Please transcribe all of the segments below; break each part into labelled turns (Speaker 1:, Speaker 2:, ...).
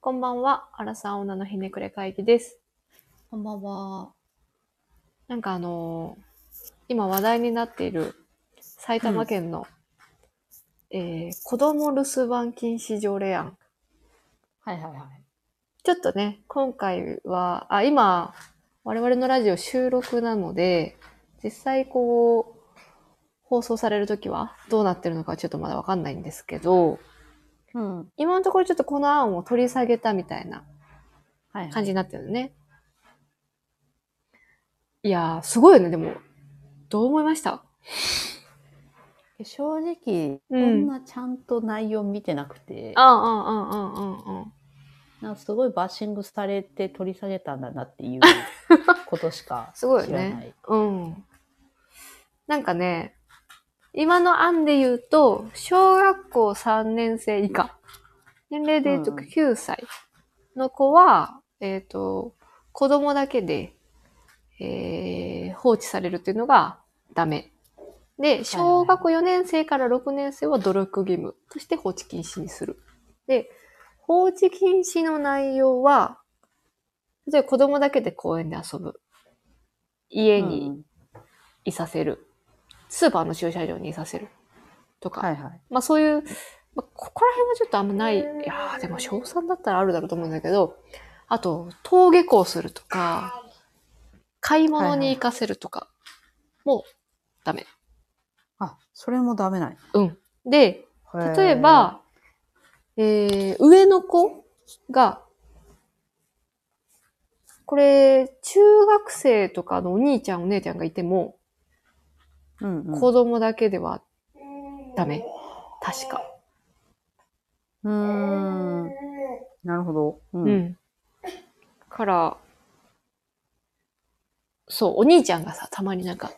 Speaker 1: こんばんは、アラサー女のひねくれ会議です。
Speaker 2: こんばんは。
Speaker 1: なんかあのー今話題になっている埼玉県の、えー子供留守番禁止条例案。
Speaker 2: はいはいはい。
Speaker 1: ちょっとね、今回は、あ、今、我々のラジオ収録なので、実際こう、放送されるときはどうなってるのかちょっとまだわかんないんですけど、
Speaker 2: うん。はい、
Speaker 1: 今のところちょっとこの案を取り下げたみたいな
Speaker 2: はい。
Speaker 1: 感じになってるのね。いやー、すごいよね、でも。どう思いました
Speaker 2: 正直、こ
Speaker 1: うん
Speaker 2: んなちゃんと内容見てなくて、
Speaker 1: ああ、ああ、ああ、あ
Speaker 2: なんかすごいバッシングされて取り下げたんだなって いうことしか
Speaker 1: すごいよ
Speaker 2: 知らない。
Speaker 1: ねあ。うん。なんかね、今の案で言うと、小学校3年生以下、年齢で言うと
Speaker 2: うんうん
Speaker 1: 9歳の子は、えっ、と、子供だけで、えー放置されるっていうのがダメ。で、小学4年生から6年生は努力義務として放置禁止にする。で、放置禁止の内容は、例えば子供だけで公園で遊ぶ。家に
Speaker 2: うん
Speaker 1: いさせる。スーパーの駐車場にいさせる。とか。
Speaker 2: はいはい。
Speaker 1: まあそういう、まあここら辺はちょっとあんまない。いやーでも小3だったらあるだろうと思うんだけど、あと、登下校するとか、買い物に行かせるとか、もうダメ。
Speaker 2: あ、それもダメない。
Speaker 1: で、
Speaker 2: へー
Speaker 1: 例え、ば、えー、上の子が、これ、中学生とかのお兄ちゃんお姉ちゃんがいても、
Speaker 2: うんうん、
Speaker 1: 子供だけではダメ。確か。
Speaker 2: うーん。なるほど。う
Speaker 1: う。ん。から、そう、お兄ちゃんがさ、たまになんか、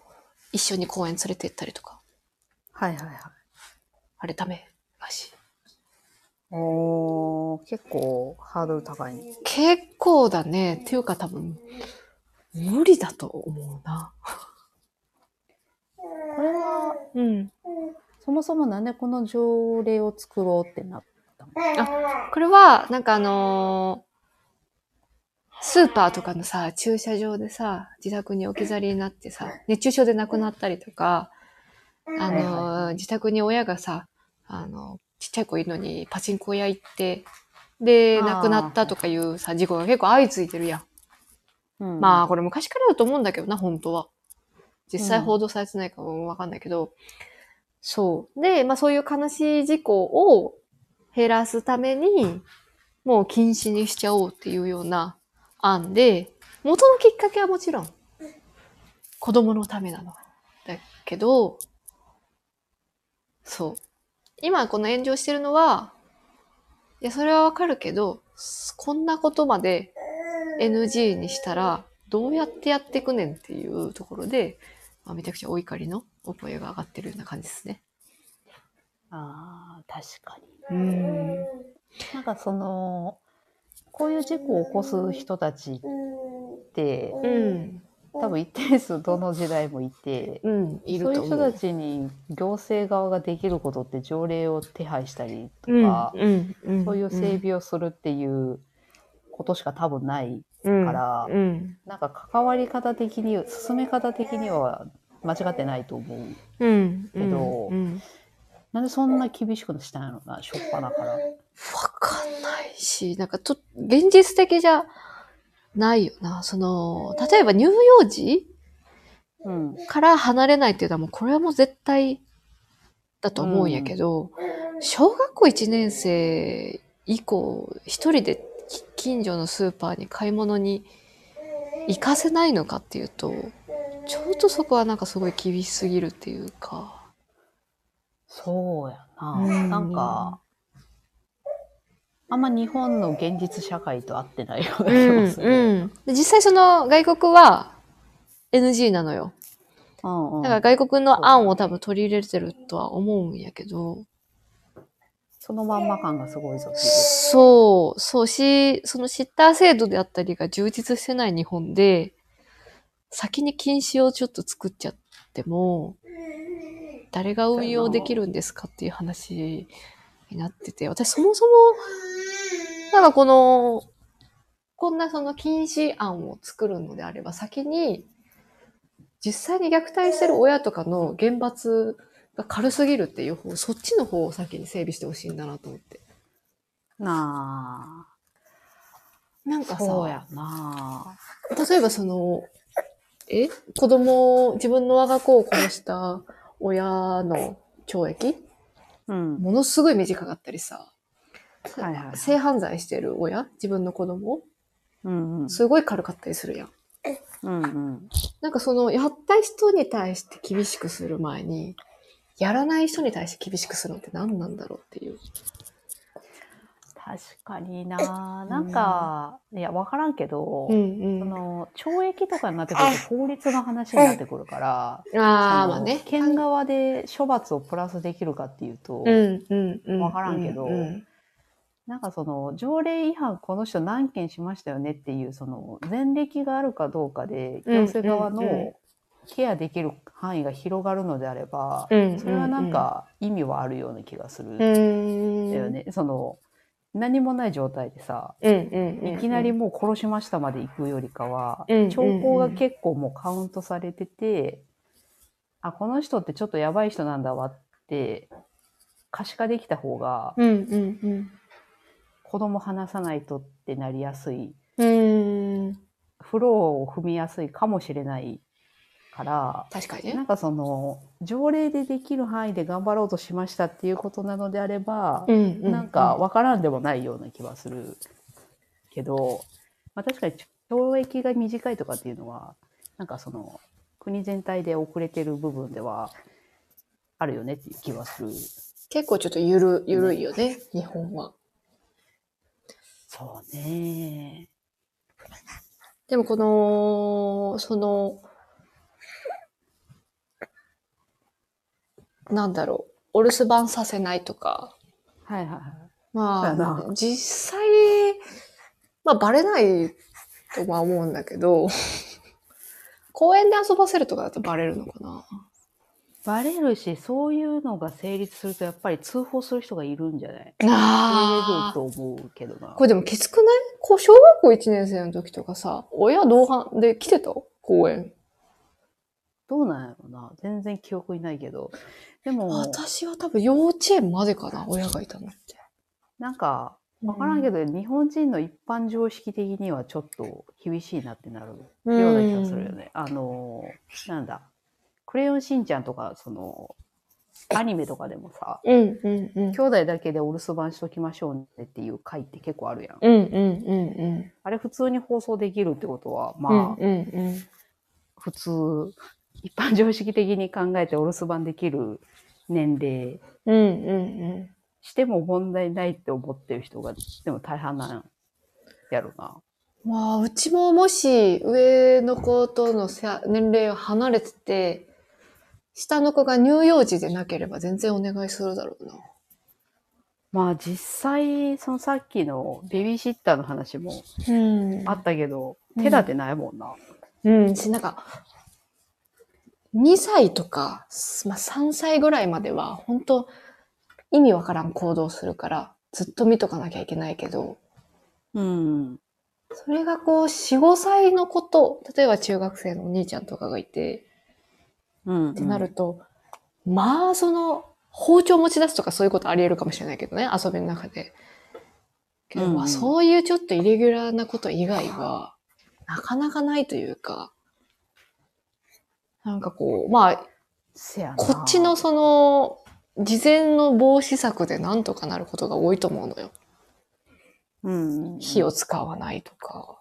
Speaker 1: 一緒に公園連れて行ったりとか、
Speaker 2: はいはいはい。
Speaker 1: あれダメらしい。
Speaker 2: おー、結構ハードル高いね。
Speaker 1: 結構だね。っていうか多分、無理だと思うな。
Speaker 2: これは、
Speaker 1: うん。
Speaker 2: そもそもなんでこの条例を作ろうってなったの
Speaker 1: これは、なんかあのースーパーとかのさ、駐車場でさ、自宅に置き去りになってさ、熱中症で亡くなったりとか、あのー
Speaker 2: はい
Speaker 1: 自宅に親がさ、あのちっちゃい子いるのにパチンコ屋行って、で、
Speaker 2: あー
Speaker 1: 亡くなったとかいうさ、事故が結構相次いでるやん。
Speaker 2: うん
Speaker 1: まあ、これ昔からだと思うんだけどな、本当は。実際
Speaker 2: うん
Speaker 1: 報道されてないかもわかんないけど、そう。で、まあそういう悲しい事故を減らすために、もう禁止にしちゃおうっていうような案で、元のきっかけはもちろん、子供のためなの。だけど、そう。今この炎上してるのは、いや、それはわかるけど、こんなことまで NG にしたら、どうやってやっていくねんっていうところで、まあ、めちゃくちゃお怒りのお声が上がってるような感じですね。
Speaker 2: ああ、確かに。
Speaker 1: うん。
Speaker 2: なんかその、こういう事故を起こす人たちって、
Speaker 1: うん。
Speaker 2: 多分一定数どの時代もいて、
Speaker 1: うん。いる
Speaker 2: そうい
Speaker 1: と思
Speaker 2: う人
Speaker 1: う。
Speaker 2: たちに行政側ができることって条例を手配したりと
Speaker 1: うん
Speaker 2: か、
Speaker 1: うんうん。
Speaker 2: そういう整備をするっていうことしか多分ない
Speaker 1: 備
Speaker 2: から、
Speaker 1: うん。
Speaker 2: なんか関わり方的に、進め方的には間違ってないと思う。
Speaker 1: うん。うん。
Speaker 2: けど
Speaker 1: うん。
Speaker 2: なんでそんな厳しくしたんやろな、しょっぱなから。
Speaker 1: わかんないし、なんかと、現実的じゃないよな。その、例えば乳幼児
Speaker 2: うん。
Speaker 1: から離れないっていうのはもう、これはもう絶対だと思うんやけど、小学校1年生以降、一人でき近所のスーパーに買い物に行かせないのかっていうと、ちょっとそこはなんかすごい厳しすぎるっていうか。
Speaker 2: そうやな。
Speaker 1: うん
Speaker 2: なんか、あんま日本の現実社会と合ってないような
Speaker 1: う
Speaker 2: 気
Speaker 1: ん、
Speaker 2: もする。
Speaker 1: うん。で実際その外国は NG なのよ。
Speaker 2: うんうん
Speaker 1: だから外国の案を多分取り入れてるとは思うんやけど、
Speaker 2: そのまんま感がすごいぞっていう
Speaker 1: そう、そうし、そのシッター制度であったりが充実してない日本で、先に禁止をちょっと作っちゃっても、誰が運用できるんですかっていう話になってて、私そもそもただこの、こんなその禁止案を作るのであれば、先に、実際に虐待してる親とかの厳罰が軽すぎるっていう方、そっちの方を先に整備してほしいんだなと思って。
Speaker 2: な
Speaker 1: なん
Speaker 2: あ。
Speaker 1: か
Speaker 2: そう
Speaker 1: さ、
Speaker 2: やなあ。
Speaker 1: 例えばその、え子供を、自分の我が子を殺した親の懲役
Speaker 2: うん。
Speaker 1: ものすごい短かったりさ、
Speaker 2: はいはいはい
Speaker 1: 性犯罪してる親自分の子供を
Speaker 2: うんうん。
Speaker 1: すごい軽かったりするやん。
Speaker 2: うんうん。
Speaker 1: なんかその、やった人に対して厳しくする前に、やらない人に対して厳しくするのって何なんだろうっていう。
Speaker 2: 確かになあ。なんか、いや、わからんけど、
Speaker 1: ん
Speaker 2: その懲役とかになってくると法律の話になってくるから、
Speaker 1: ああ、
Speaker 2: その
Speaker 1: まあね。
Speaker 2: 県側で処罰をプラスできるかっていう
Speaker 1: う
Speaker 2: と、
Speaker 1: んうんうん。
Speaker 2: わからんけど
Speaker 1: ううん
Speaker 2: なんかその条例違反この人何件しましたよねっていうその前歴があるかどうかで
Speaker 1: うん
Speaker 2: 行政側
Speaker 1: うんう
Speaker 2: のケアできる範囲が広がるのであれば、
Speaker 1: うん
Speaker 2: それはなんか意味はあるような気がするん
Speaker 1: う
Speaker 2: だ
Speaker 1: ん。
Speaker 2: よね。その何もない状態でさ
Speaker 1: うんうんうん。
Speaker 2: いきなりもう殺しましたまで行くよりかは、
Speaker 1: うん
Speaker 2: 兆候が結構もうカウントされてて、あ、この人ってちょっとやばい人なんだわって、可視化できた方が、
Speaker 1: うんうんうん。
Speaker 2: 子供話さないとってなりやすい、
Speaker 1: うん。
Speaker 2: フローを踏みやすいかもしれないから、
Speaker 1: 確かに
Speaker 2: な
Speaker 1: ね
Speaker 2: ん。かその、条例でできる範囲で頑張ろうとしましたっていうことなのであれば、
Speaker 1: ん
Speaker 2: なんか、わからんでもないような気はするけど、まあ、確かに懲役が短いとかっていうのはなんかその国全体で遅れてる部分ではあるよねっていう気はする。
Speaker 1: 結構ちょっとゆる、ゆるいよね、日本は。
Speaker 2: そうね。
Speaker 1: でもこの、その、なんだろう、お留守番させないとか、
Speaker 2: はいはいはい。
Speaker 1: ま
Speaker 2: そうやな
Speaker 1: あ、実際、まあバレないとは思うんだけど、 公園で遊ばせるとかだとバレるのかな。
Speaker 2: バレるし、そういうのが成立するとやっぱり通報する人がいるんじゃない
Speaker 1: あ
Speaker 2: 増えると思うけどな
Speaker 1: こ。れでもきつくないこう小学校1年生の時とかさ、親同伴で来てた公園。
Speaker 2: どうなんやろな。全然記憶にないけど。でも、
Speaker 1: 私は多分幼稚園までかな、親がいたのって。
Speaker 2: なんか、わからんけど、日本人の一般常識的にはちょっと厳しいなってなるよ
Speaker 1: ど
Speaker 2: うな気がするよね。あのー、なんだ、クレヨンしんちゃんとか、その、アニメとかでもさ、
Speaker 1: うんうんうん。
Speaker 2: 兄弟だけでお留守番しときましょうねっていう回って結構あるやん。
Speaker 1: うんうんうんうん。
Speaker 2: あれ普通に放送できるってことは、まあ、
Speaker 1: うんうんうん。
Speaker 2: 普通、一般常識的に考えてお留守番できる年齢
Speaker 1: うんうん
Speaker 2: しても問題ないって思ってる人が、でも大半なんやろな。
Speaker 1: うん。まあ、うちももし上の子とのせ年齢を離れてて、下の子が乳幼児でなければ全然お願いするだろうな。
Speaker 2: まあ実際、そのさっきのベビーシッターの話も
Speaker 1: うん
Speaker 2: あ
Speaker 1: あ、
Speaker 2: ったけど、
Speaker 1: うん
Speaker 2: 手立てないもんな。
Speaker 1: うん。し、なんか、2歳とか、まあ3歳ぐらいまでは、本当意味わからん行動するから、ずっと見とかなきゃいけないけど、
Speaker 2: うん。
Speaker 1: それがこう、4、5歳の子と、例えば中学生のお兄ちゃんとかがいて、
Speaker 2: うん。っ
Speaker 1: ってなる。と、まあ、その、包丁持ち出すとかそういうことあり得るかもしれないけどね、遊びの中で。けど、
Speaker 2: うんうん
Speaker 1: まあ、そういうちょっとイレギュラーなこと以外は、なかなかないというか、なんかこう、まあ、
Speaker 2: せやな。
Speaker 1: こっちのその、事前の防止策でなんとかなることが多いと思うのよ。
Speaker 2: うん。
Speaker 1: 火を使わないとか。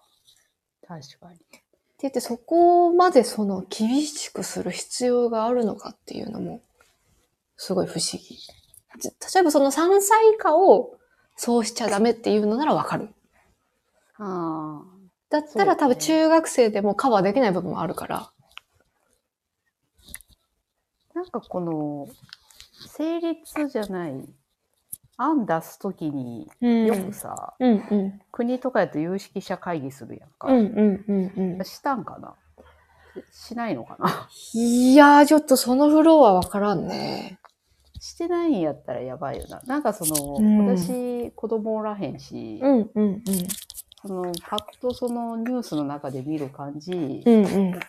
Speaker 2: 確かに。
Speaker 1: って言って、そこまでその厳しくする必要があるのかっていうのも、すごい不思議。じ例えばその3歳以下をそうしちゃダメっていうのならわかる。
Speaker 2: あ
Speaker 1: だったら
Speaker 2: そ
Speaker 1: 多
Speaker 2: うね
Speaker 1: 分中学生でもカバーできない部分もあるから。
Speaker 2: あ。なんかこの、成立じゃない、案出すときに、
Speaker 1: うんう
Speaker 2: よ
Speaker 1: ん
Speaker 2: くさ、
Speaker 1: うん。
Speaker 2: 国とかやと有識者会議するやんか。
Speaker 1: うんうんうんう
Speaker 2: したんかなしないのかな
Speaker 1: ん。いやー、ちょっとそのフローはわからんね。
Speaker 2: してないんやったらやばいよな。なんかその、
Speaker 1: うん
Speaker 2: 私、子供おらへんし、
Speaker 1: うんうん
Speaker 2: その、パッとそのニュースの中で見る感じ、
Speaker 1: うん。うんうん。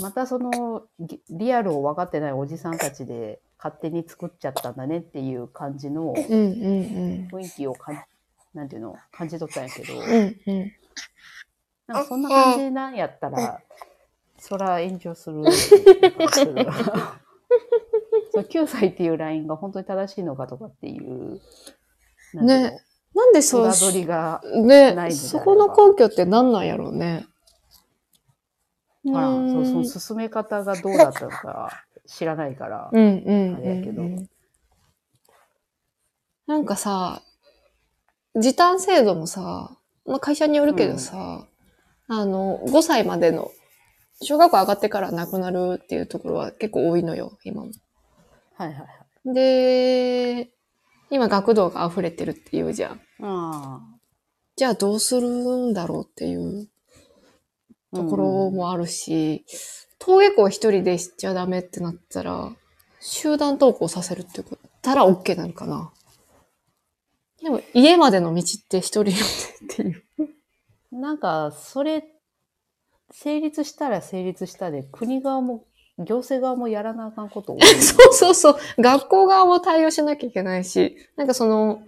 Speaker 2: またその、ぎリアルを分かってないおじさんたちで勝手に作っちゃったんだねっていう感じ
Speaker 1: うん
Speaker 2: の
Speaker 1: うん
Speaker 2: 雰囲気をかん、なんていうの、感じ取ったんやけ
Speaker 1: う
Speaker 2: ど、
Speaker 1: ん。うんうん。
Speaker 2: なんかそんな感じなんやったら、そら炎上 する。そう9歳っていうラインが本当に正しいのかとかっていう、なんていうの
Speaker 1: ね、なんでそう
Speaker 2: 裏
Speaker 1: し
Speaker 2: 取りが、ない
Speaker 1: ね、
Speaker 2: みたいな
Speaker 1: そこの根拠って何なんやろうね。う
Speaker 2: まあ、そ
Speaker 1: ん
Speaker 2: うその進め方がどうだったのか知らないから、
Speaker 1: うんうん
Speaker 2: あれやけど
Speaker 1: うんうんなんかさ、時短制度もさ、まあ、会社によるけどさ、あの、5歳までの、小学校上がってからなくなるっていうところは結構多いのよ、今も。
Speaker 2: はいはいはい。
Speaker 1: で、今学童が溢れてるっていうじゃん。
Speaker 2: あ
Speaker 1: じゃあどうするんだろうっていう
Speaker 2: あ。
Speaker 1: ところもあるし、登下校一人でしちゃダメってなったら、集団登校させるってことたら OK なのかな。でも、家までの道って一人よねってい う。
Speaker 2: うんなんか、それ、成立したら成立したで、国側も、行政側もやらなあかんこと多い。
Speaker 1: そうそうそう。学校側も対応しなきゃいけないし、なんかその、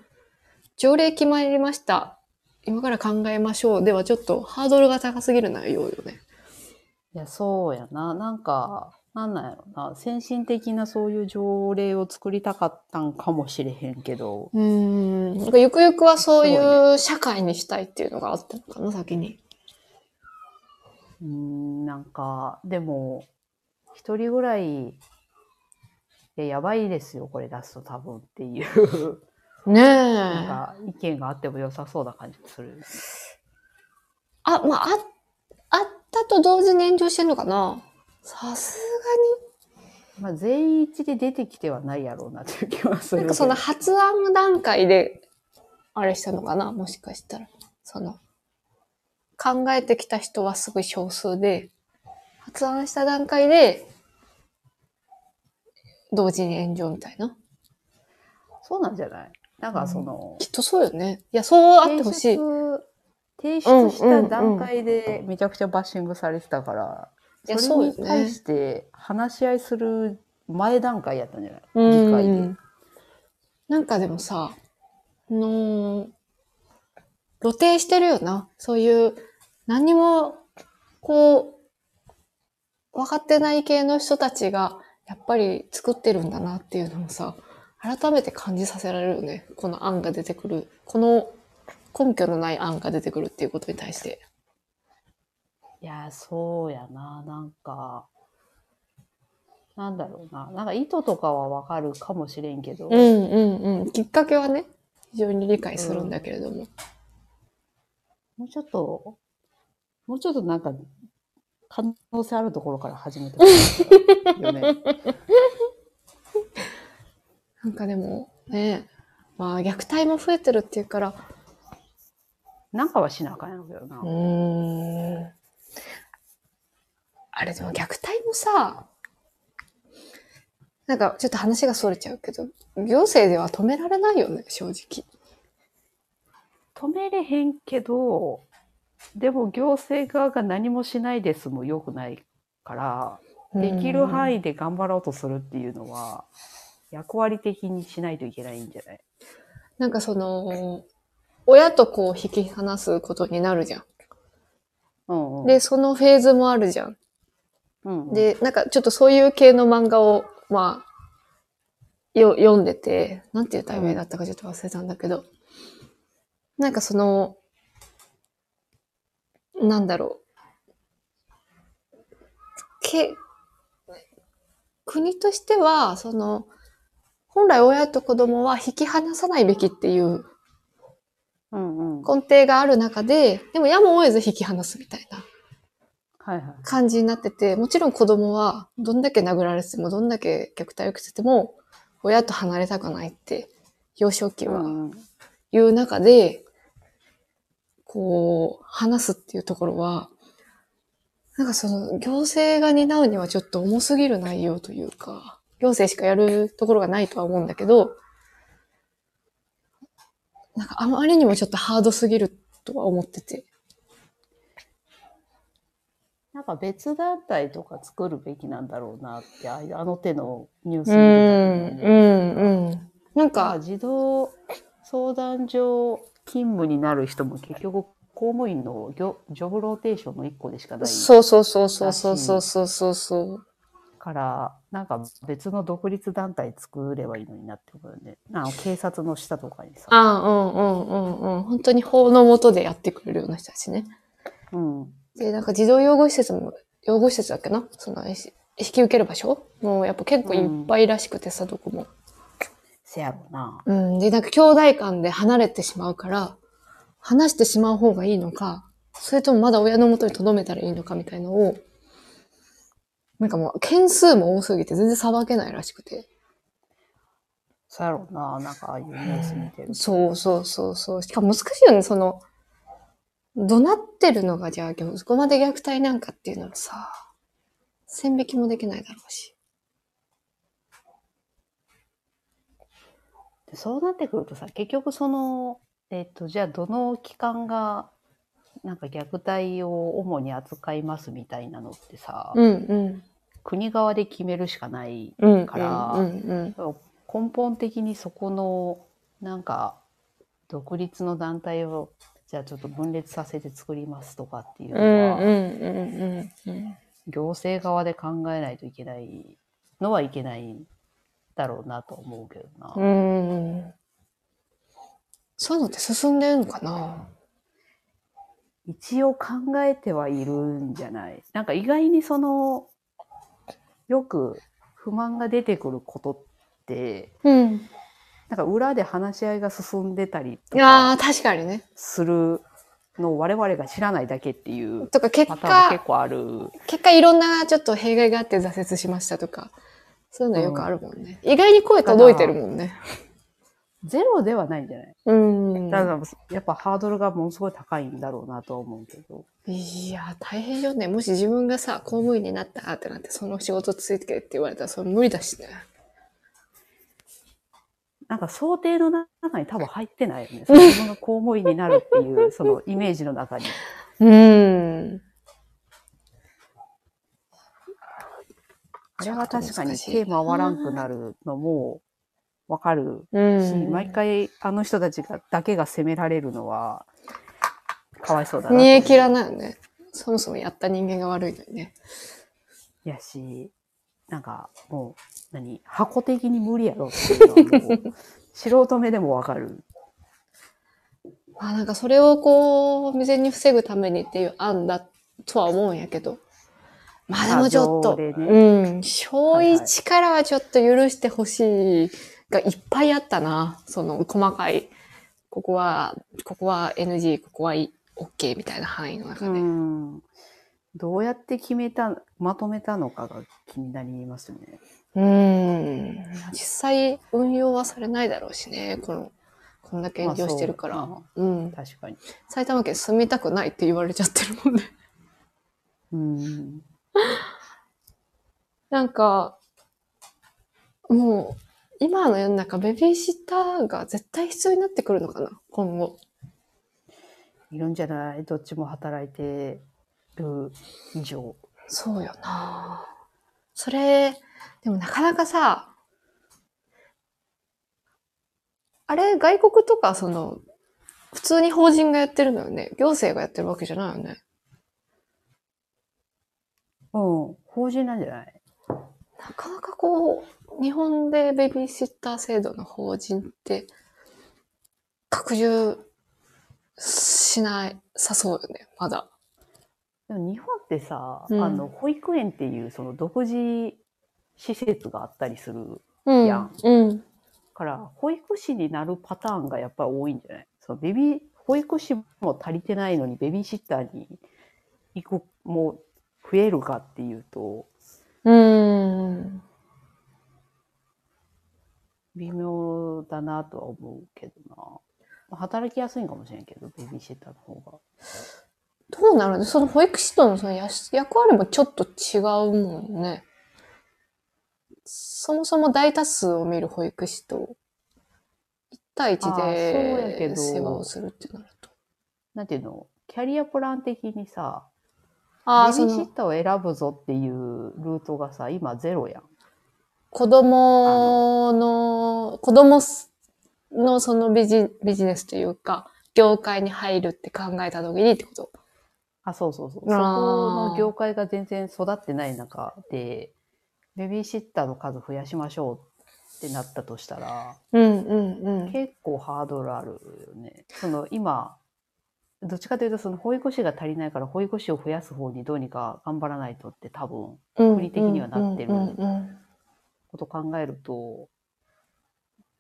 Speaker 1: 条例決まりました。今から考えましょう。ではちょっとハードルが高すぎる内容よね。
Speaker 2: いや、そうやな。なんか、なんなんやろな。先進的なそういう条例を作りたかったんかもしれへんけど。
Speaker 1: うーん。なんかゆくゆくはそう
Speaker 2: そ
Speaker 1: いう社会にしたいっていうのがあったのかな、先に。
Speaker 2: うーん、なんか、でも、一人ぐらい、いや、やばいですよ、これ出すと多分っていう、
Speaker 1: ねえ。
Speaker 2: なんか、意見があっても良さそうな感じする。
Speaker 1: あ、まあ、あ、あったと同時に炎上してんのかなさす
Speaker 2: まあ、全員一致で出てきてはないやろうなという気はす
Speaker 1: がに。な
Speaker 2: るけ
Speaker 1: ん
Speaker 2: ど。
Speaker 1: かその発案段階で、あれしたのかなもしかしたら。その、考えてきた人はすごい少数で、発案した段階で、同時に炎上みたいな。
Speaker 2: そうなんじゃないなんか、その、
Speaker 1: きっとそうよね。いや、そうあってほしい。い
Speaker 2: 提出提出した段階でめちゃくちゃバッシングされてたから、
Speaker 1: いや
Speaker 2: それに
Speaker 1: そうよね
Speaker 2: 対して話し合いする前段階やったんじゃない議
Speaker 1: う
Speaker 2: 会で。
Speaker 1: ん。なんかでもさ、あのー露呈してるよな。そういう、何も、こう、分かってない系の人たちが、やっぱり作ってるんだなっていうのもさ、改めて感じさせられるよね。この案が出てくる。この根拠のない案が出てくるっていうことに対して。
Speaker 2: いや、そうやな、なんか、なんだろうな。なんか意図とかはわかるかもしれんけど、
Speaker 1: うんうんうん。きっかけはね、非常に理解するんだけれども。
Speaker 2: もうちょっと、もうちょっとなんか、可能性あるところから始めてほしいよ ね。
Speaker 1: なんかでも、ね、まあ虐待も増えてるっていうから、
Speaker 2: なんかはしなあかんやろうけどな
Speaker 1: う。ーん。あれでも虐待もさ、なんかちょっと話が逸れちゃうけど、行政では止められないよね、正直。
Speaker 2: 止めれへんけどでも行政側が何もしないですも良くないからできる範
Speaker 1: 囲。
Speaker 2: 囲で頑張ろうとするっていうのは役割的にしないといけないんじゃない
Speaker 1: なんかその、親とこう引き離すことになるじゃ。
Speaker 2: うんうんん
Speaker 1: で、そのフェーズもあるじゃん。
Speaker 2: うんうん
Speaker 1: で、なんかちょっとそういう系の漫画を、まあ、よ読んでて、なんていう題名だったかちょっと忘れたんだけど、なんかその、なんだろう。け、国としては、その、本来親と子供は引き離さないべきっていう
Speaker 2: うんうんはい
Speaker 1: 根底がある中で、でもやむを得ず引き離すみたいな。
Speaker 2: はい
Speaker 1: 感じになってて、もちろん子供はどんだけ殴られても、どんだけ虐待を受けてても、親と離れたくないって、幼少期
Speaker 2: う
Speaker 1: は
Speaker 2: んうん
Speaker 1: 言う中で、こう、話すっていうところは、なんかその、行政が担うにはちょっと重すぎる内容というか、行政しかやるところがないとは思うんだけど、なんかあまりにもちょっとハードすぎるとは思ってて。
Speaker 2: なんか別団体とか作るべきなんだろうなって、ああいうあの手のニュース
Speaker 1: う
Speaker 2: 見
Speaker 1: ん、
Speaker 2: てたけ
Speaker 1: う
Speaker 2: どね
Speaker 1: ん、うん。なん
Speaker 2: まあ
Speaker 1: か、
Speaker 2: 児童相談所勤務になる人も結局公務員の業ジョブローテーションの一個でしかない
Speaker 1: そうそうそうそうそうそうそうそうそう。
Speaker 2: から、なんか別の独立団体作ればいいのになって思うよね。あの警察の下とかにさ。
Speaker 1: ああ、うんうんうんうん。本当に法の下でやってくれるような人たちね。
Speaker 2: うん。
Speaker 1: で、なんか児童養護施設も、養護施設だっけなその、えし引き受ける場所もうやっぱ結構いっぱいらしくてさ、どこも。
Speaker 2: せやろな。
Speaker 1: うん。で、なんか兄弟間で離れてしまうから、離してしまう方がいいのか、それともまだ親の元に留めたらいいのかみたいのを、なんかもう件数も多すぎて全然さばけないらしくて。
Speaker 2: せやろな。なんかああいうニュース見てる。
Speaker 1: そうそうそうそう。しかも難しいよね、その、怒鳴ってるのがじゃあ、そこまで虐待なんかっていうのもさ、線引きもできないだろうし。
Speaker 2: でそうなってくるとさ、結局その、えっ、と、じゃあどの機関が、なんか虐待を主に扱いますみたいなのってさ、
Speaker 1: うんうん。
Speaker 2: 国側で決めるしかない。
Speaker 1: うん。
Speaker 2: から
Speaker 1: うんうん。
Speaker 2: 根本的にそこの、なんか、独立の団体を、じゃあちょっと分裂させて作りますとかってい
Speaker 1: う
Speaker 2: うのは、
Speaker 1: んうんうんうん。
Speaker 2: 行政側で考えないといけないのはいけないだろうなと思うけどな。
Speaker 1: うん。そういうのって進んでるのかな
Speaker 2: 一応考えてはいるんじゃないなんか意外にその、よく不満が出てくることって、
Speaker 1: うん。
Speaker 2: なんか裏で話し合いが進んでたりと
Speaker 1: あ
Speaker 2: か
Speaker 1: あ、確かにね。
Speaker 2: するのを我々が知らないだけっていう
Speaker 1: とか結
Speaker 2: パターンが
Speaker 1: 果
Speaker 2: 結、構ある。
Speaker 1: 結果いろんなちょっと弊害があって挫折しましたとか、そういうのよくあるもんね。意外に声届いてるもんね。
Speaker 2: ゼロではないんじゃない
Speaker 1: うん。
Speaker 2: ただやっぱハードルがものすごい高いんだろうなとは思うけど。
Speaker 1: いや、大変よね。もし自分がさ、公務員になったってなって、その仕事ついてけって言われたら、それ無理だしね。
Speaker 2: なんか想定の中に多分入ってないよ ね。その自分が公務員になるっていう、そのイメージの中に。
Speaker 1: うん。
Speaker 2: あれは確かにテーマはランくなるのもわかる
Speaker 1: う
Speaker 2: し、
Speaker 1: ん。
Speaker 2: 毎回あの人たちがだけが責められるのは、かわいそうだなと
Speaker 1: 煮
Speaker 2: 思う。
Speaker 1: え切らないよね。そもそもやった人間が悪いのにね。
Speaker 2: やし、なんかもう、何、箱的に無理やろっていうのはもう素人目でもわかる。
Speaker 1: まあなんかそれをこう、未然に防ぐためにっていう案だとは思うんやけど。まあでもちょっ
Speaker 2: まあ
Speaker 1: と、
Speaker 2: 条例ね
Speaker 1: うん、小一からはちょっと許してほしいがいっぱいあったな。その細かい、ここは、ここは NG、ここはいい OK みたいな範囲の中
Speaker 2: う
Speaker 1: で。
Speaker 2: ん。どうやって決めた、まとめたのかが気になりますよね。
Speaker 1: うん、実際運用はされないだろうしね、この、こんだけ炎上してるから。
Speaker 2: まあそう
Speaker 1: うん。
Speaker 2: 確かに。
Speaker 1: 埼玉県住みたくないって言われちゃってるもんね。
Speaker 2: うん。
Speaker 1: なんか、もう、今の世の中、ベビーシッターが絶対必要になってくるのかな今後。
Speaker 2: いるんじゃないどっちも働いてる以上。
Speaker 1: そうよなそれ、でもなかなかさ、あれ、外国とか、その、普通に法人がやってるのよね。行政がやってるわけじゃないよね。
Speaker 2: うん。法人なんじゃない
Speaker 1: なかなかこう、日本でベビーシッター制度の法人って、拡充しない、さそうよね、まだ。
Speaker 2: でも日本ってさ、
Speaker 1: うん
Speaker 2: あの、保育園っていうその独自施設があったりする
Speaker 1: うん。
Speaker 2: いや
Speaker 1: うん。
Speaker 2: から、保育士になるパターンがやっぱり多いんじゃないそのベビー、保育士も足りてないのにベビーシッターに行く、もう増えるかっていうと、
Speaker 1: うん。
Speaker 2: 微妙だなとは思うけどな。まあ働きやすいんかもしれんけど、ベビーシッターの方が。
Speaker 1: どうなるのその保育士とのそのやし役割もちょっと違うもんね。そもそも大多数を見る保育士と、1対
Speaker 2: あーそう
Speaker 1: 1
Speaker 2: やけ
Speaker 1: で
Speaker 2: ど
Speaker 1: 世話をするってなると。
Speaker 2: なんていうのキャリアプラン的にさ、
Speaker 1: ああ、
Speaker 2: ベビ
Speaker 1: そ
Speaker 2: ーシッ
Speaker 1: の、
Speaker 2: ターを選ぶぞっていうルートがさ、今ゼロやん。
Speaker 1: 子供の、子供すのそのビジビジネスというか、業界に入るって考えた時にってこと。
Speaker 2: あ、そうそうそう。そこ
Speaker 1: あー
Speaker 2: の業界が全然育ってない中で、ベビーシッターの数増やしましょうってなったとしたら、
Speaker 1: うんうんうん。
Speaker 2: 結構ハードルあるよね。その今、どっちかというとその保育士が足りないから保育士を増やす方にどうにか頑張らないとって多分
Speaker 1: 国
Speaker 2: 理的にはなってる
Speaker 1: うんうんうん
Speaker 2: こと考えると、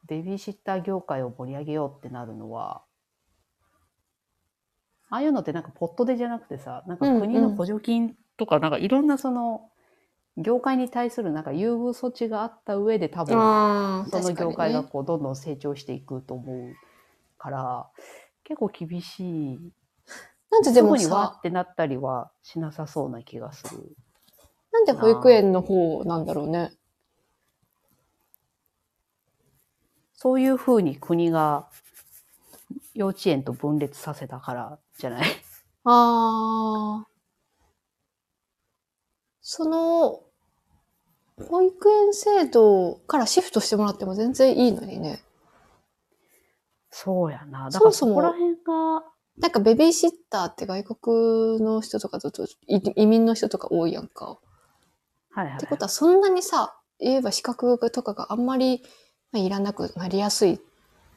Speaker 2: ベビーシッター業界を盛り上げようってなるのは、ああいうのってなんかポットでじゃなくてさ、なんか国
Speaker 1: うんう
Speaker 2: の
Speaker 1: ん
Speaker 2: 補助金とか、なんかいろんなその、業界に対するなんか優遇措置があった上で
Speaker 1: う
Speaker 2: 多
Speaker 1: ん。
Speaker 2: 分、
Speaker 1: ああ、
Speaker 2: その
Speaker 1: 確かに
Speaker 2: 業
Speaker 1: ね
Speaker 2: 界がこうどんどん成長していくと思うから、結構厳しい。
Speaker 1: なんですで
Speaker 2: ぐ
Speaker 1: も
Speaker 2: にわ
Speaker 1: さ
Speaker 2: っ、てなったりはしなさそうな気がする。
Speaker 1: なんで保育園の方なんだろうね。
Speaker 2: そういうふうに国が幼稚園と分裂させたから じゃない
Speaker 1: ああ。その、保育園制度からシフトしてもらっても全然いいのにね。
Speaker 2: そうやな。だ
Speaker 1: そ
Speaker 2: か
Speaker 1: も
Speaker 2: ら
Speaker 1: そ
Speaker 2: そ
Speaker 1: も
Speaker 2: こら辺が、
Speaker 1: なんかベビーシッターって外国の人とかだとい移民の人とか多いやんか。
Speaker 2: はいはい。
Speaker 1: ってことはそんなにさ、言えば資格とかがあんまりまあいらなくなりやすいっ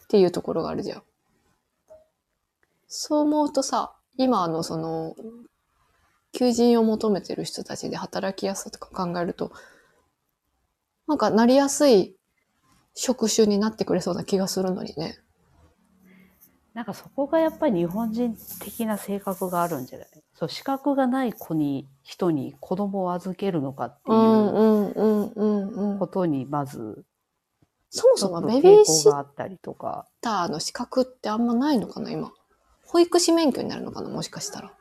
Speaker 1: ていうところがあるじゃん。そう思うとさ、今のその、求人を求めてる人たちで働きやすさとか考えると、なんかなりやすい職種になってくれそうな気がするのにね。
Speaker 2: なんかそこがやっぱり日本人的な性格があるんじゃないそう、資格がない子に、人に子供を預けるのかっていうん
Speaker 1: うんうんう
Speaker 2: こ。とに、まず、
Speaker 1: そも
Speaker 2: ち
Speaker 1: そ
Speaker 2: ょ
Speaker 1: も
Speaker 2: っと
Speaker 1: ベビ
Speaker 2: 抵
Speaker 1: ー
Speaker 2: 抗
Speaker 1: シッ
Speaker 2: があったりとか。
Speaker 1: ターの資格ってあんまないのかな、今。保育士免許になるのかな、もしかしたら。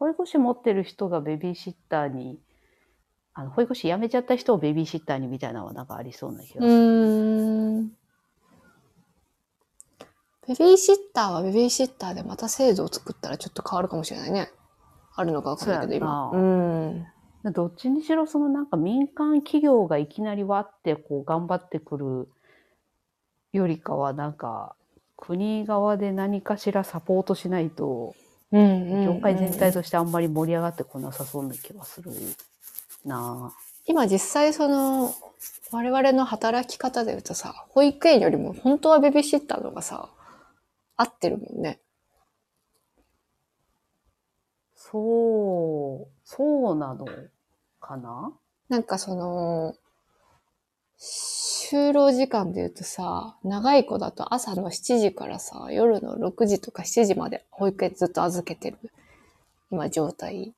Speaker 2: 保育士持ってる人がベビーシッターに、あの保育士辞めちゃった人をベビーシッターにみたいなのはなんかありそうな気がす
Speaker 1: う
Speaker 2: る。
Speaker 1: ーん。ベビーシッターはベビーシッターでまた制度を作ったらちょっと変わるかもしれないね。あるのかわかんないけど、
Speaker 2: そうや
Speaker 1: 今
Speaker 2: な。
Speaker 1: うん。
Speaker 2: どっちにしろそのなんか民間企業がいきなりわってこう頑張ってくるよりかはなんか国側で何かしらサポートしないと
Speaker 1: うんうん、
Speaker 2: 業界全体としてあんまり盛り上がってこなさそうな気はするなあ
Speaker 1: 今実際その、我々の働き方で言うとさ、保育園よりも本当はベビーシッターの方がさ、合ってるもんね。
Speaker 2: そう、そうなのかな
Speaker 1: なんかその、就労時間で言うとさ、長い子だと朝の7時からさ、夜の6時とか7時まで保育園ずっと預けてる、今状態。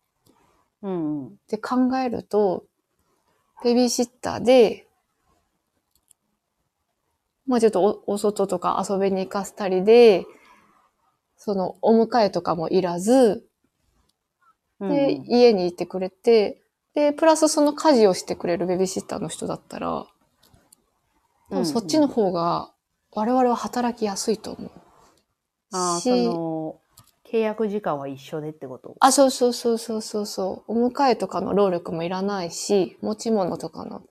Speaker 2: うんうん。
Speaker 1: で考えると、ベビーシッターで、まあちょっとおお外とか遊びに行かせたりで、そのお迎えとかもいらず、
Speaker 2: うんう
Speaker 1: で、
Speaker 2: ん
Speaker 1: 家にいてくれて、で、プラスその家事をしてくれるベビーシッターの人だったら、多分そっちの方が我々は働きやすいと思う。
Speaker 2: ああ、
Speaker 1: し
Speaker 2: その、契約時間は一緒でってこと
Speaker 1: あ、そうそうそうそうそうそう。お迎えとかの労力もいらないし、持ち物とかの、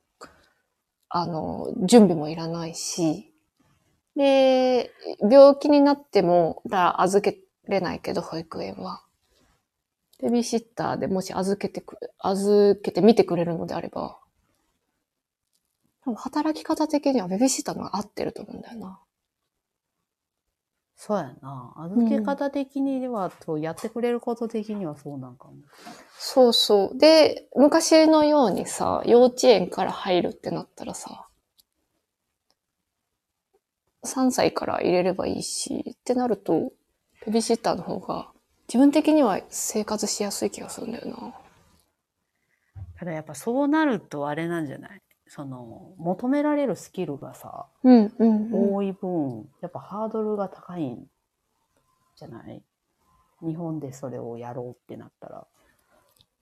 Speaker 1: あの、準備もいらないし。で、病気になっても、ら預けれないけど、保育園は。ベビーシッターでもし預けてく、預けて見てくれるのであれば、多分働き方的にはベビーシッターの方が合ってると思うんだよな。
Speaker 2: そうやな。預け方的には、とやってくれること的にはそうなんかも。
Speaker 1: そうそう。で、昔のようにさ、幼稚園から入るってなったらさ、3歳から入れればいいし、ってなると、ベビーシッターの方が、自分的には生活しやすい気がするんだよな。
Speaker 2: ただやっぱそうなるとあれなんじゃないその、求められるスキルがさ、
Speaker 1: うん、うん、うん。
Speaker 2: 多い分、やっぱハードルが高いんじゃない日本でそれをやろうってなったら。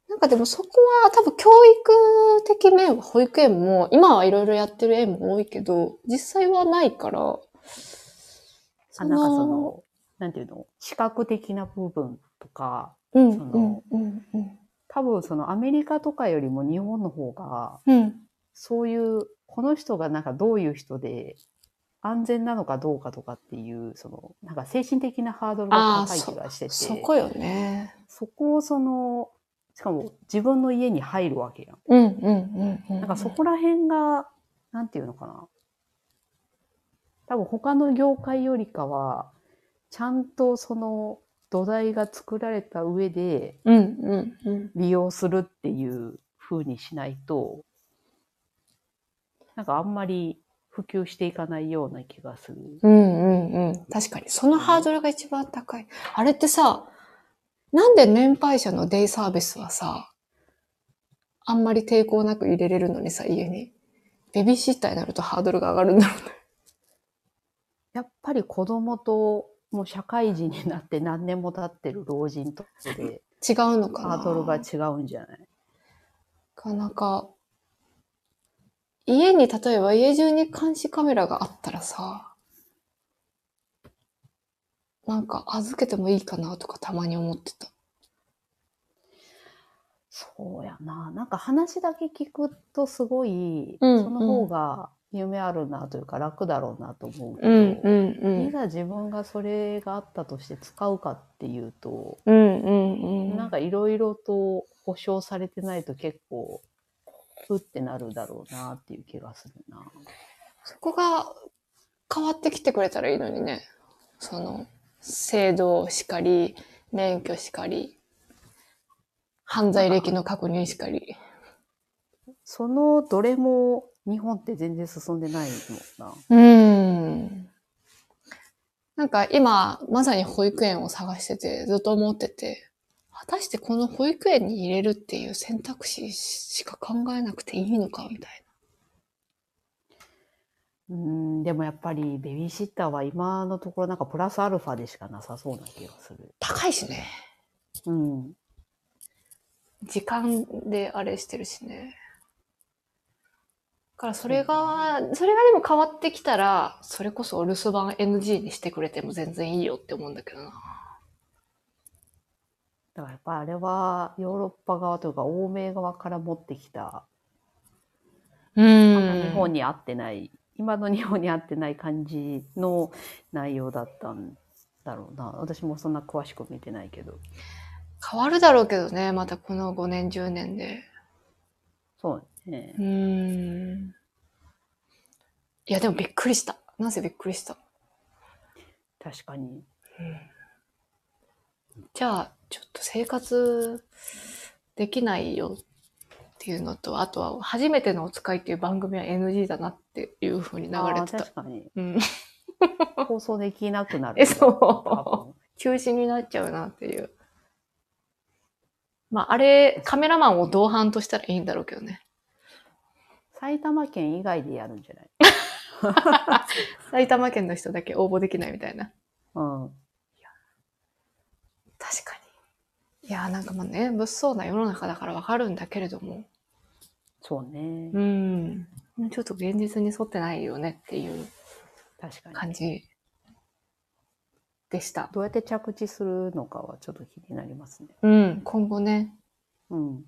Speaker 1: なんかでもそこは多分教育的面は保育園も、今はいろいろやってる園も多いけど、実際はないから。
Speaker 2: あなんかそ、の、なんていうの、視覚的な部分とか、
Speaker 1: うん、う
Speaker 2: そ
Speaker 1: ん
Speaker 2: の、
Speaker 1: うん、うん。
Speaker 2: 多分そのアメリカとかよりも日本の方が、
Speaker 1: うん、
Speaker 2: そういう、この人がなんかどういう人で、安全なのかどうかとかっていう、その、なんか精神的なハードルが高い気がしてて、
Speaker 1: そこよね。
Speaker 2: そこをその、しかも自分の家に入るわけやん。
Speaker 1: うん、うん、うん、うん。
Speaker 2: なんかそこら辺が、なんていうのかな。多分他の業界よりかは、ちゃんとその土台が作られた上で
Speaker 1: うん、うん、うん。
Speaker 2: 利用するっていう風にしないと、なんかあんまり普及していかないような気がする。
Speaker 1: うんうんうん。確かに。そのハードルが一番高い。あれってさ、なんで年配者のデイサービスはさ、あんまり抵抗なく入れれるのにさ、家に。ベビーシッターになるとハードルが上がるんだろうね。
Speaker 2: やっぱり子供と、もう社会人になって何年も経ってる老人とで、
Speaker 1: 違うのかな。
Speaker 2: ハードルが違うんじゃない
Speaker 1: かなか。家に、例えば家中に監視カメラがあったらさ、なんか預けてもいいかなとかたまに思ってた。
Speaker 2: そうやな。なんか話だけ聞くとすごい、
Speaker 1: うん
Speaker 2: その方が夢あるなというか楽だろうなと思うけど、
Speaker 1: ん
Speaker 2: い。ざ自分がそれがあったとして使うかっていうと、
Speaker 1: うんうん
Speaker 2: なんかいろいろと保証されてないと結構、ふってなるだろうなっていう気がするな。
Speaker 1: そこが変わってきてくれたらいいのにね。その、制度しかり、免許しかり、犯罪歴の確認しかり。
Speaker 2: そのどれも日本って全然進んでないもんな。
Speaker 1: うん。なんか今、まさに保育園を探してて、ずっと思ってて、果たしてこの保育園に入れるっていう選択肢しか考えなくていいのかみたい
Speaker 2: うん、でもやっぱりベビーシッターは今のところなんかプラスアルファでしかなさそうな気がする。
Speaker 1: な。高いしね。
Speaker 2: うん。
Speaker 1: 時間であれしてるしね。だからそれが、それがでも変わってきたら、それこそお留守番 NG にしてくれても全然いいよって思うんだけどな。
Speaker 2: だからやっぱあれはヨーロッパ側というか欧米側から持ってきた、
Speaker 1: う
Speaker 2: 日本
Speaker 1: に。
Speaker 2: に合ってない、今の日本に合ってない感じの内容だったんだろうな。私もそんな詳しく見てないけど。
Speaker 1: 変わるだろうけどね、またこの5年、10年で。
Speaker 2: そうね
Speaker 1: う。ーん。いや、でもびっくりした。なぜびっくりした。
Speaker 2: 確かに。
Speaker 1: じゃあ、ちょっと生活できないよっていうのと、あとは、初めてのお使いっていう番組は NG だなっていうふうに流れて
Speaker 2: あー
Speaker 1: た。
Speaker 2: 確か に。
Speaker 1: うん。
Speaker 2: 放送できなくなる。
Speaker 1: え、そう。
Speaker 2: 多
Speaker 1: 中止になっちゃうなっていう。まあ、あれ、カメラマンを同伴としたらいいんだろうけどね。
Speaker 2: 分埼玉県以外でやるんじゃない
Speaker 1: 埼玉県の人だけ応募できないみたいな。
Speaker 2: うん。
Speaker 1: 確かに。いやー、なんかまあね、物騒な世の中だからわかるんだけれども。
Speaker 2: そうね。
Speaker 1: うん。ちょっと現実に沿ってないよねっていう
Speaker 2: 確かに。
Speaker 1: 感じでした。
Speaker 2: どうやって着地するのかはちょっと気になりますね。
Speaker 1: うん。今後ね、
Speaker 2: うん。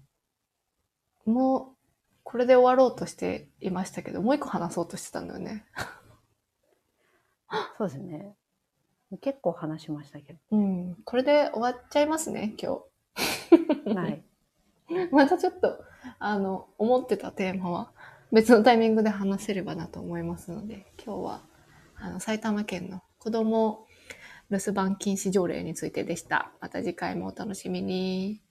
Speaker 1: もう、これで終わろうとしていましたけど、もう一個話そうとしてたんだよね。
Speaker 2: そうですね。結構話しましたけど。
Speaker 1: うん。これで終わっちゃいますね、今日。
Speaker 2: はい。
Speaker 1: またちょっと、あの、思ってたテーマは別のタイミングで話せればなと思いますので、今日は、あの、埼玉県の子供留守番禁止条例についてでした。また次回もお楽しみに。